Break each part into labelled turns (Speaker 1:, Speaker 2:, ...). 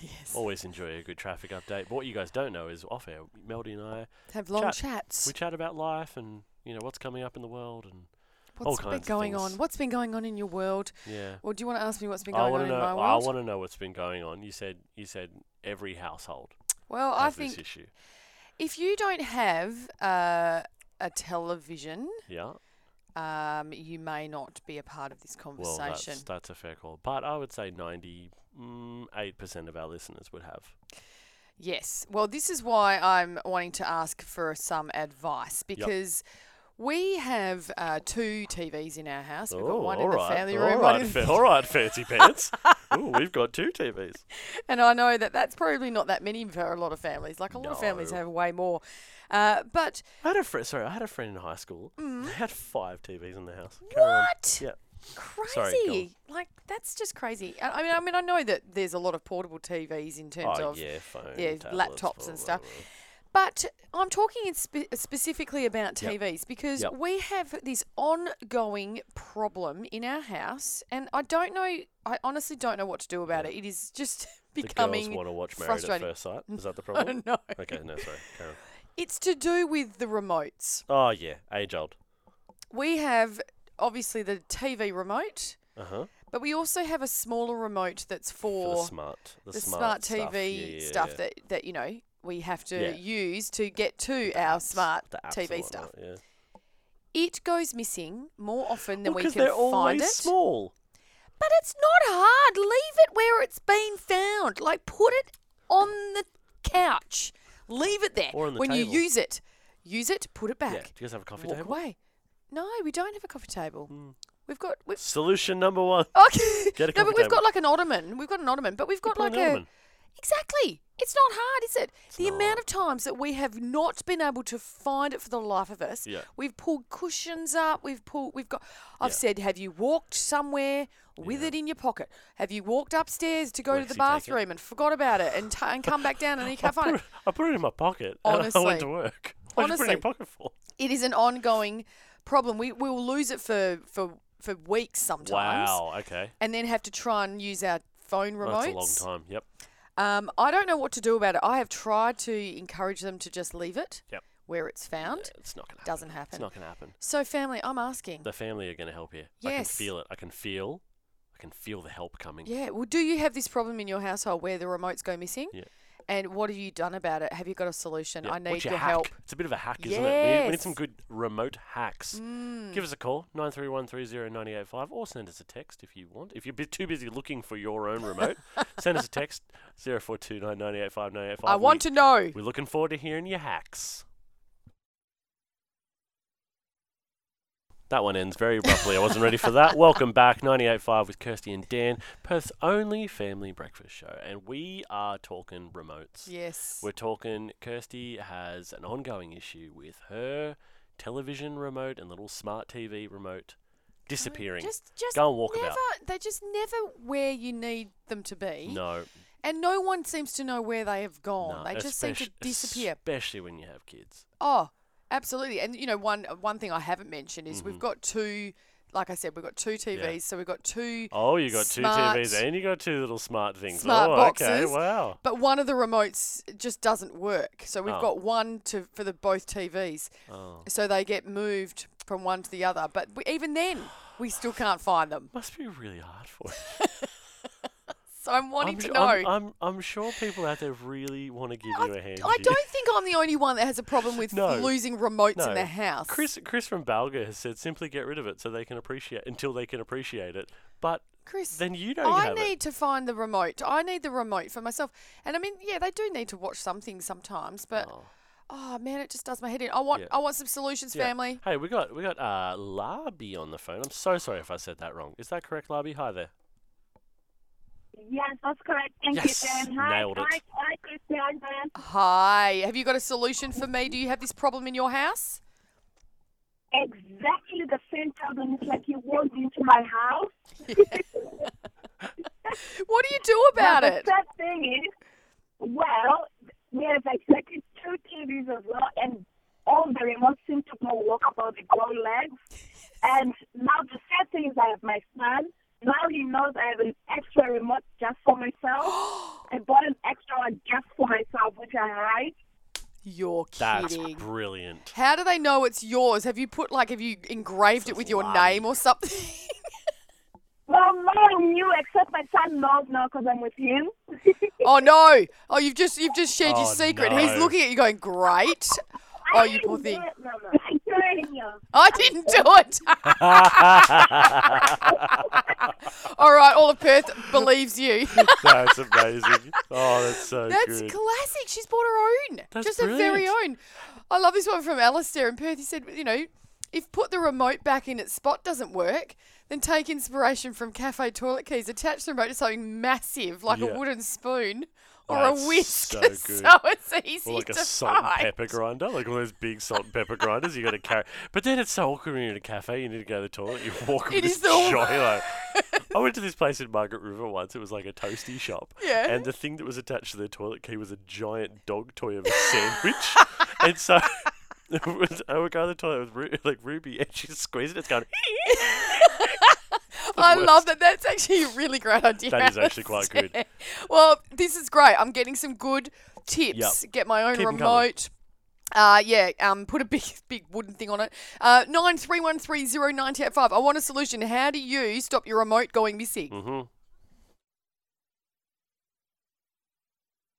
Speaker 1: Yes.
Speaker 2: Always enjoy a good traffic update. But what you guys don't know is off air, Melody and I,
Speaker 1: Have long
Speaker 2: Chat.
Speaker 1: chats.
Speaker 2: we chat about life and, you know, what's coming up in the world and, all
Speaker 1: What's been
Speaker 2: kinds of
Speaker 1: going
Speaker 2: things.
Speaker 1: on? What's been going on in your world?
Speaker 2: yeah.
Speaker 1: Or do you want to ask me what's been
Speaker 2: I
Speaker 1: going on
Speaker 2: want to
Speaker 1: in
Speaker 2: know.
Speaker 1: my
Speaker 2: I
Speaker 1: world?
Speaker 2: want to know what's been going on. You said you said every household
Speaker 1: well, I
Speaker 2: has
Speaker 1: think
Speaker 2: this issue.
Speaker 1: if you don't have uh, a television,
Speaker 2: Yeah.
Speaker 1: um, you may not be a part of this
Speaker 2: Well,
Speaker 1: conversation.
Speaker 2: that's that's a fair call. But I would say ninety mm, eight percent of our listeners would have.
Speaker 1: Yes. Well, this is why I'm wanting to ask for some advice because we have uh, two TVs in our house. We've got one in the family room,
Speaker 2: all
Speaker 1: one
Speaker 2: right,
Speaker 1: in-
Speaker 2: Oh, fa- all right, fancy pants. Ooh, we've got two TVs.
Speaker 1: and I know that that's probably not that many for a lot of families. Like a lot of families
Speaker 2: No.
Speaker 1: have way more. Uh, but
Speaker 2: I had a friend. Sorry, I had a friend in high school. They had five TVs in the house.
Speaker 1: Mm. What?
Speaker 2: Yeah.
Speaker 1: crazy,
Speaker 2: Sorry, go on.
Speaker 1: like that's just crazy. I I mean, I mean, I know that there's a lot of portable TVs in terms
Speaker 2: Oh
Speaker 1: of
Speaker 2: yeah, phone.
Speaker 1: yeah, laptops
Speaker 2: tablets, blah,
Speaker 1: and
Speaker 2: blah,
Speaker 1: stuff.
Speaker 2: blah.
Speaker 1: But I'm talking in spe- specifically about TVs because
Speaker 2: Yep.
Speaker 1: we have this ongoing problem in our house, and I don't know. I honestly don't know what to do about it. It is just
Speaker 2: The girls
Speaker 1: becoming.
Speaker 2: want to watch Married at
Speaker 1: frustrating.
Speaker 2: First Sight. Is that the problem?
Speaker 1: no,
Speaker 2: okay, no, sorry. Karen.
Speaker 1: it's to do with the remotes.
Speaker 2: Oh yeah, age old.
Speaker 1: We have obviously the TV remote,
Speaker 2: Uh huh.
Speaker 1: but we also have a smaller remote that's
Speaker 2: For
Speaker 1: for,
Speaker 2: the smart, the,
Speaker 1: the
Speaker 2: smart,
Speaker 1: smart,
Speaker 2: stuff.
Speaker 1: TV
Speaker 2: Yeah, yeah,
Speaker 1: stuff
Speaker 2: yeah.
Speaker 1: that that you know we have to
Speaker 2: Yeah.
Speaker 1: use to get to our smart
Speaker 2: The apps and
Speaker 1: TV stuff.
Speaker 2: whatnot, Yeah.
Speaker 1: It goes missing more often than we
Speaker 2: Well, 'cause
Speaker 1: can
Speaker 2: they're
Speaker 1: find
Speaker 2: always
Speaker 1: it.
Speaker 2: small.
Speaker 1: But it's not hard. Leave it where it's been found. Like put it on the couch. Leave it there.
Speaker 2: Or on the
Speaker 1: when
Speaker 2: table.
Speaker 1: you use it, use it. Put it
Speaker 2: Yeah. Do
Speaker 1: back.
Speaker 2: you guys have a coffee
Speaker 1: Walk
Speaker 2: table? Hmm.
Speaker 1: away. No, we don't have a coffee table. We've got we've
Speaker 2: Solution number one.
Speaker 1: okay.
Speaker 2: Get a
Speaker 1: no,
Speaker 2: coffee
Speaker 1: but we've
Speaker 2: table.
Speaker 1: got like an ottoman. We've got an ottoman, but we've got
Speaker 2: Put on
Speaker 1: like
Speaker 2: the
Speaker 1: a
Speaker 2: ottoman.
Speaker 1: Exactly. It's not hard, is it? the
Speaker 2: not.
Speaker 1: amount of times that we have not been able to find it for the life of us.
Speaker 2: Yeah.
Speaker 1: We've pulled cushions up. We've pulled. We've got. I've
Speaker 2: Yeah.
Speaker 1: said, have you walked somewhere with it in your pocket? Have you walked upstairs to go
Speaker 2: Where'd
Speaker 1: to the
Speaker 2: she take it?
Speaker 1: bathroom and forgot about it and, t- and come back down and you can't
Speaker 2: I
Speaker 1: find
Speaker 2: put,
Speaker 1: it?
Speaker 2: it, I put it in my pocket and I went
Speaker 1: Honestly.
Speaker 2: to work. What did you put it in your
Speaker 1: Honestly.
Speaker 2: pocket for?
Speaker 1: It is an ongoing problem. We we will lose it for for for weeks sometimes.
Speaker 2: Wow. Okay.
Speaker 1: And then have to try and use our phone remotes.
Speaker 2: That's a long time. Yep.
Speaker 1: Um, I don't know what to do about it. I have tried to encourage them to just leave it
Speaker 2: Yep.
Speaker 1: where it's found.
Speaker 2: It's not gonna happen.
Speaker 1: Doesn't
Speaker 2: It's
Speaker 1: happen.
Speaker 2: not gonna happen.
Speaker 1: So, family, I'm asking.
Speaker 2: The family are gonna help you. I can
Speaker 1: Yes.
Speaker 2: feel it. I can feel. I can feel the help coming.
Speaker 1: yeah, well, do you have this problem in your household where the remotes go missing?
Speaker 2: Yeah.
Speaker 1: And what have you done about it? Have you got a solution?
Speaker 2: Yeah,
Speaker 1: I need
Speaker 2: what's your,
Speaker 1: your
Speaker 2: hack?
Speaker 1: help.
Speaker 2: It's a bit of a hack, isn't it? We need, we need some
Speaker 1: Yes. Mm.
Speaker 2: good remote hacks.
Speaker 1: Hmm.
Speaker 2: Give us a call, 9313098.5, or send us a text if you want. If you're bu- too busy looking for your own remote, send us a text, 0429985985.
Speaker 1: I want to know.
Speaker 2: We're looking forward to hearing your hacks. That one ends very abruptly. I wasn't ready for that. Welcome back, 98.5 with Kirsty and Dan, Perth's only family breakfast show. And we are talking remotes.
Speaker 1: Yes.
Speaker 2: We're talking Kirsty has an ongoing issue with her television remote and little smart TV remote disappearing.
Speaker 1: Just, just
Speaker 2: Go and walk
Speaker 1: never,
Speaker 2: about.
Speaker 1: They're just never where you need them to be.
Speaker 2: No,
Speaker 1: And no one seems to know where they have
Speaker 2: no.
Speaker 1: gone. Oh, they just seem to
Speaker 2: espec-
Speaker 1: disappear.
Speaker 2: Especially when you have kids.
Speaker 1: Oh, absolutely. And you know, one one thing I haven't mentioned is
Speaker 2: Mm-hmm.
Speaker 1: we've got two. Like I said, we've got two TVs, so we've got two.
Speaker 2: Oh, you got
Speaker 1: Smart-
Speaker 2: two TVs and you got two little smart things.
Speaker 1: Smart
Speaker 2: oh, okay.
Speaker 1: boxes.
Speaker 2: Wow.
Speaker 1: But one of the remotes just doesn't work, so we've
Speaker 2: Oh.
Speaker 1: got one to for the both TVs,
Speaker 2: Oh.
Speaker 1: so they get moved from one to the other. But we, even then, we still can't find them.
Speaker 2: Must be really hard for you.
Speaker 1: So I'm wanting
Speaker 2: I'm,
Speaker 1: to
Speaker 2: su-
Speaker 1: know.
Speaker 2: I'm, I'm, I'm sure people out there really want to give you a hand.
Speaker 1: I
Speaker 2: here.
Speaker 1: don't think I'm the only one that has a problem with
Speaker 2: No.
Speaker 1: losing remotes
Speaker 2: No.
Speaker 1: in their house.
Speaker 2: Chris, Chris from Balga has said simply get rid of it so they can appreciate until they can appreciate it. But
Speaker 1: Chris,
Speaker 2: then you don't
Speaker 1: I
Speaker 2: have it.
Speaker 1: need to find the remote. I need the remote for myself. And I mean, yeah, they do need to watch some things sometimes, but oh, man, it just does my head in. I want
Speaker 2: Yeah.
Speaker 1: I want some solutions,
Speaker 2: Yeah.
Speaker 1: family.
Speaker 2: Hey, we got we got uh, Labi on the phone. I'm so sorry if I said that wrong. Is that correct, Labi? Hi there.
Speaker 3: Yes, that's correct. Thank
Speaker 2: Yes,
Speaker 3: you, Dan. Hi,
Speaker 2: nailed it.
Speaker 3: Hi, hi, Christy. Hi, Dan.
Speaker 1: Hi, have you got a solution for me? Do you have this problem in your house?
Speaker 3: Exactly the same problem. It's like you walked into my house.
Speaker 1: What do you do about
Speaker 3: Now, the
Speaker 1: it?
Speaker 3: sad thing is, well, there's exactly two TVs as well, and all the remotes seem to go walk about the gold legs. And now the sad thing is, I have my son. Now he knows I have an extra remote just for myself. I bought an extra one just for myself, which I hide.
Speaker 1: You're
Speaker 2: That's
Speaker 1: kidding.
Speaker 2: brilliant.
Speaker 1: How do they know it's yours? Have you put like have you engraved it with your
Speaker 2: lovely.
Speaker 1: name or something?
Speaker 3: Well, no one knew except my son knows now because I'm with him.
Speaker 1: oh no! Oh, you've just you've just shared your
Speaker 2: Oh,
Speaker 1: secret. He's
Speaker 2: no.
Speaker 1: looking at you going, "Great." Oh, you poor thing.
Speaker 3: No, no. I'm telling you.
Speaker 1: I didn't do it. all right, all of Perth believes you.
Speaker 2: That's amazing. Oh, that's so
Speaker 1: That's
Speaker 2: good.
Speaker 1: classic. She's bought her own.
Speaker 2: That's
Speaker 1: just her very own. I love this one from Alistair in Perth. He said, you know, if put the remote back in its spot doesn't work, then take inspiration from cafe toilet keys. Attach the remote to something massive like
Speaker 2: Yeah.
Speaker 1: a wooden spoon or
Speaker 2: That's
Speaker 1: a whisk.
Speaker 2: so
Speaker 1: So,
Speaker 2: good.
Speaker 1: it's easy
Speaker 2: Or like a
Speaker 1: to
Speaker 2: salt
Speaker 1: find.
Speaker 2: and pepper grinder, like all those big salt and pepper grinders you got to carry. But then it's so awkward when you're in a cafe, you need to go to the toilet, you walk with
Speaker 1: It
Speaker 2: this
Speaker 1: is the-
Speaker 2: gyro. I went to this place in Margaret River once, it was like a toasty shop.
Speaker 1: Yeah.
Speaker 2: And the thing that was attached to their toilet key was a giant dog toy of a sandwich. and so it was, I would go to the toilet with Ru- like Ruby and she'd squeeze it, it's going,
Speaker 1: I love that. That's actually a really great idea.
Speaker 2: That is actually quite good.
Speaker 1: Alistair. Well, this is great. I'm getting some good tips. Get my own
Speaker 2: Keep 'em coming.
Speaker 1: remote. Uh, yeah, um, put a big, big wooden thing on it. Uh, nine three one three zero ninety eight five. I want a solution. How do you stop your remote going missing?
Speaker 2: mm-hmm.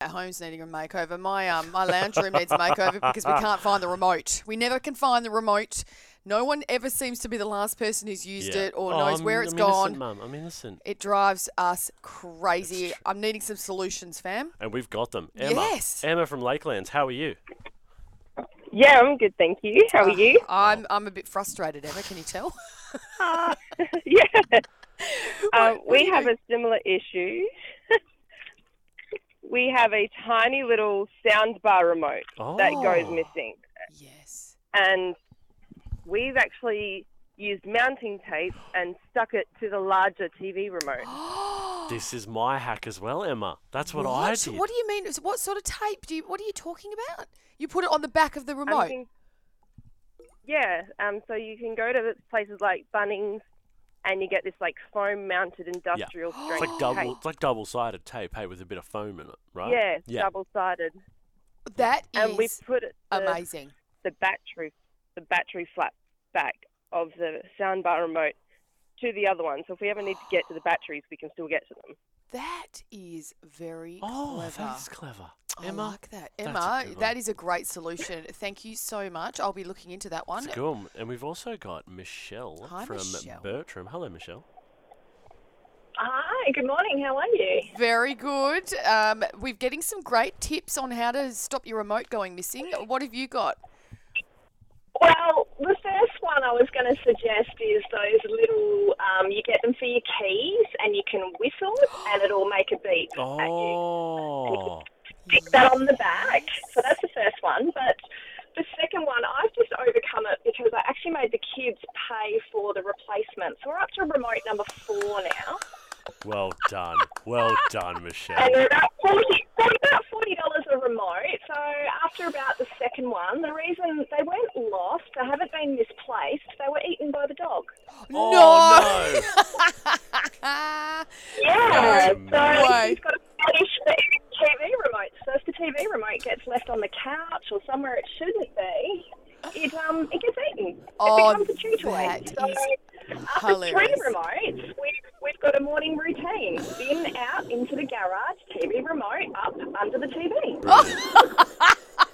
Speaker 1: Our home's needing a makeover. My um, my lounge room needs a makeover because we can't find the remote. We never can find the remote. No one ever seems to be the last person who's used it or
Speaker 2: Oh,
Speaker 1: knows where
Speaker 2: it's
Speaker 1: it's gone.
Speaker 2: Innocent, Mum. I'm innocent.
Speaker 1: It drives us crazy. I'm needing some solutions, fam.
Speaker 2: And we've got them. Emma.
Speaker 1: Yes.
Speaker 2: Emma from Lakelands, how are you?
Speaker 4: Yeah, I'm good, thank you. How are you?
Speaker 2: Ah.
Speaker 1: I'm
Speaker 2: Oh.
Speaker 1: I'm a bit frustrated, Emma. Can you tell?
Speaker 4: yeah. Um,
Speaker 1: What- what do
Speaker 4: we
Speaker 1: you
Speaker 4: have
Speaker 1: do?
Speaker 4: a similar issue. we have a tiny little soundbar remote that goes
Speaker 2: Oh.
Speaker 4: missing.
Speaker 1: Yes.
Speaker 4: And we've actually used mounting tape and stuck it to the larger TV
Speaker 2: Oh,
Speaker 4: remote.
Speaker 2: This is my hack as well, Emma. That's what, I
Speaker 1: What?
Speaker 2: did.
Speaker 1: What do you mean? So What sort of tape do you? What are you talking about? You put it on the back of the
Speaker 4: I'm
Speaker 1: remote.
Speaker 4: think- yeah, um, so you can go to places like Bunnings and you get this like foam mounted industrial
Speaker 2: It's
Speaker 4: strength
Speaker 2: like double.
Speaker 4: tape.
Speaker 2: It's like double-sided tape, hey, with a bit of foam in it, right?
Speaker 4: Yeah,
Speaker 2: Yeah.
Speaker 4: double sided.
Speaker 1: that
Speaker 4: And we
Speaker 1: is
Speaker 4: put it to-
Speaker 1: amazing.
Speaker 4: the battery the battery flat back of the soundbar remote to the other one. So if we ever need to get to the batteries, we can still get to them.
Speaker 1: That is very
Speaker 2: Oh,
Speaker 1: clever.
Speaker 2: that's clever,
Speaker 1: I
Speaker 2: Emma.
Speaker 1: like that,
Speaker 2: that's a
Speaker 1: Emma.
Speaker 2: good one.
Speaker 1: That is a great solution. Thank you so much. I'll be looking into that one.
Speaker 2: It's cool. And we've also got Michelle
Speaker 1: Hi,
Speaker 2: from
Speaker 1: Michelle.
Speaker 2: Bertram. Hello, Michelle.
Speaker 5: Hi, good morning. How are you?
Speaker 1: Very good. Um, we're getting some great tips on how to stop your remote going missing. What have you got?
Speaker 5: Well, the first one I was going to suggest is those little, um, you get them for your keys and you can whistle and it'll make a beep. at you.
Speaker 2: Oh,
Speaker 5: Stick that on the back. So that's the first one. But the second one, I've just overcome it because I actually made the kids pay for the replacement. So we're up to remote number four now.
Speaker 2: well done, well done, Michelle.
Speaker 5: And they're about forty, they're about forty dollars a remote. So after about the second one, the reason they weren't lost, they haven't been misplaced. They were eaten by the dog.
Speaker 2: Oh, no.
Speaker 1: Ah,
Speaker 5: Yeah.
Speaker 2: No
Speaker 5: so
Speaker 1: way.
Speaker 5: he's got a fetish for TV remote. So if the TV remote gets left on the couch or somewhere it shouldn't be, it um it gets eaten.
Speaker 1: Oh,
Speaker 5: it becomes a chew toy.
Speaker 1: that
Speaker 5: So
Speaker 1: is
Speaker 5: after three
Speaker 1: hilarious.
Speaker 5: remotes, we've we've got a morning routine: in, out, into the garage, TV remote, up under the TV.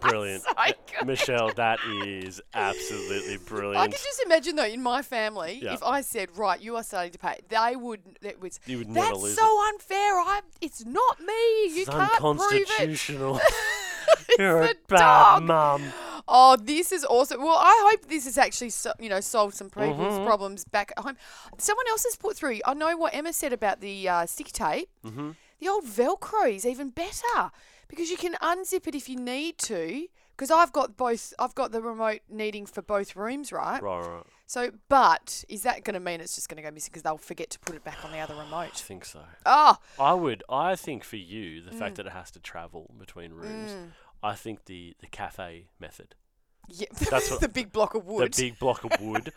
Speaker 2: Brilliant, Uh,
Speaker 1: I could-
Speaker 2: Michelle. That is absolutely brilliant.
Speaker 1: I can just imagine though, in my family,
Speaker 2: Yeah.
Speaker 1: if I said, "Right, you are starting to pay," they would. That was.
Speaker 2: You would never
Speaker 1: That's
Speaker 2: lose
Speaker 1: so unfair. I. It's not me. You
Speaker 2: it's
Speaker 1: can't prove it.
Speaker 2: unconstitutional.
Speaker 1: It's
Speaker 2: You're a
Speaker 1: the
Speaker 2: bad
Speaker 1: dog.
Speaker 2: mum.
Speaker 1: Oh, this is awesome. Well, I hope this has actually, so, you know, solved some previous problems back at home. Someone else has put through. I know what Emma said about the uh, sticky tape. Mm-hmm. The old Velcro is even better because you can unzip it if you need to. Because I've got both. I've got the remote needing for both rooms, right?
Speaker 2: Right, right.
Speaker 1: So, but is that going to mean it's just going to go missing because they'll forget to put it back on the other
Speaker 2: I
Speaker 1: remote?
Speaker 2: think so.
Speaker 1: Oh,
Speaker 2: I would. I think for you, the fact that it has to travel between rooms, I think the the cafe method,
Speaker 1: yeah.
Speaker 2: That's what-
Speaker 1: the big block of wood.
Speaker 2: the big block of wood.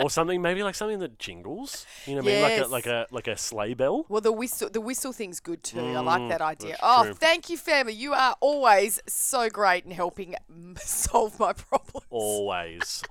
Speaker 2: or something maybe like something that jingles. You know, what I mean, like a like a like a sleigh bell.
Speaker 1: Well, the whistle, the whistle thing's good too. I like that idea.
Speaker 2: Mm, that's
Speaker 1: Oh,
Speaker 2: true.
Speaker 1: thank you, family. You are always so great in helping mm, solve my problems.
Speaker 2: Always.